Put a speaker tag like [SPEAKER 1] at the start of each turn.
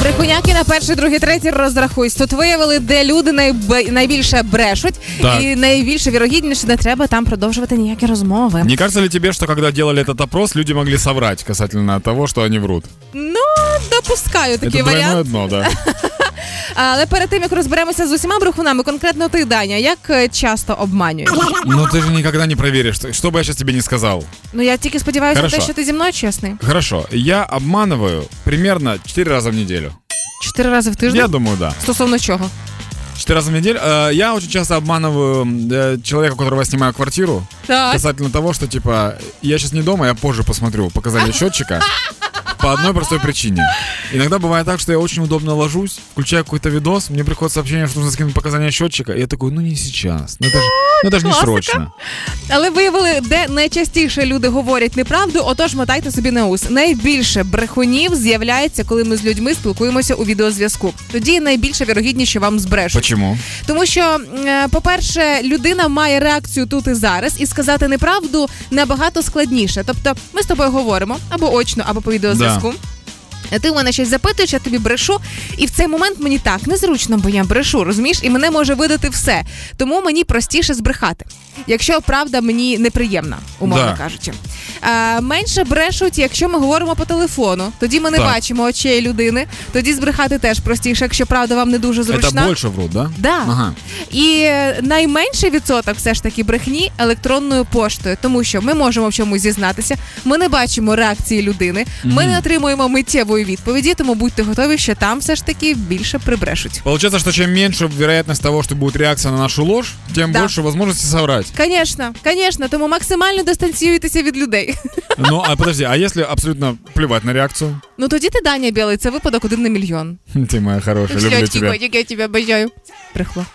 [SPEAKER 1] Брехуняки на перший, другий, третій розрахуйсь. Тут виявили, де люди найбе- найбільше брешуть
[SPEAKER 2] Так.
[SPEAKER 1] і найбільше вірогідніше не треба там продовжувати ніякі розмови.
[SPEAKER 2] Не кажется ли тебе, что когда делали этот опрос, люди могли соврать касательно того, что они врут?
[SPEAKER 1] Ну, допускаю такий
[SPEAKER 2] Это
[SPEAKER 1] варіант.
[SPEAKER 2] двойное дно, да. ну,
[SPEAKER 1] Але перед тим як розберемося з усіма брехунами, конкретно ти, Даня, як е, часто обманюєш?
[SPEAKER 2] Но ты же никогда не проверишь, что- что бы я сейчас тебе не сказал.
[SPEAKER 1] Ну я тільки сподіваюся на те,
[SPEAKER 2] Хорошо.
[SPEAKER 1] що ти зі мною чесний.
[SPEAKER 2] Хорошо, я обманываю примерно 4 раза в неделю.
[SPEAKER 1] Чотири рази в тиждень.
[SPEAKER 2] Я думаю, да.
[SPEAKER 1] Стосовно чого?
[SPEAKER 2] 4 раза в неделю. Э, Я очень часто обманываю м, э, человека, у которого я снимаю квартиру,
[SPEAKER 1] Так.
[SPEAKER 2] касательно того, что, типа, я сейчас не дома, я позже посмотрю показания счетчика. По одной простой причине. Иногда бывает так, что я очень удобно ложусь, включаю какой-то видос, мне приходит сообщение, что нужно скинуть показания счетчика, и я такой, ну не сейчас, ну это же, ну это же не
[SPEAKER 1] Классика.
[SPEAKER 2] срочно.
[SPEAKER 1] Але виявили, де найчастіше люди говорять неправду, отож мотайте собі на ус. Найбільше брехунів з'являється, коли ми з людьми спілкуємося у відеозв'язку. Тоді найбільше вірогідність, що вам збрешуть.
[SPEAKER 2] Почему?
[SPEAKER 1] Тому що, е, по-перше, людина має реакцію тут і зараз, і сказати неправду набагато складніше. Тобто, ми з тобою говоримо або очно, або по відеозв'язку. Е, Ти в мене щось запитуєш, я тобі брешу, і в цей момент мені так незручно, бо я брешу, розумієш, і мене може видати все. Тому мені простіше збрехати, якщо правда мені неприємна, умовно
[SPEAKER 2] Да.
[SPEAKER 1] кажучи. Е, менше брешуть, якщо ми говоримо по телефону. Тоді ми не
[SPEAKER 2] Так.
[SPEAKER 1] бачимо очей людини. Тоді збрехати теж простіше, якщо правда вам не дуже зручна.
[SPEAKER 2] Это больше врут, да?
[SPEAKER 1] Да.
[SPEAKER 2] Ага.
[SPEAKER 1] І е, найменший відсоток все ж таки брехні електронною поштою, тому що ми можемо в чомусь зізнатися, ми не бачимо реакції людини, ми не отримуємо миттєвої відповіді, тому будьте готові, що там все ж таки більше прибрешуть.
[SPEAKER 2] Получается, что чем меньше вероятность того, что будет реакция на нашу ложь, тем
[SPEAKER 1] Да.
[SPEAKER 2] больше возможности соврать.
[SPEAKER 1] Звісно, звісно, тому максимально дистанціюйтеся від людей.
[SPEAKER 2] Ну, а подожди, а если абсолютно плевать на реакцию?
[SPEAKER 1] Ну тоді ти Даня білий, це випадок один на мільйон.
[SPEAKER 2] Ты моя хорошая, люблю тебя.
[SPEAKER 1] котик, я тебе бажаю. Брехло.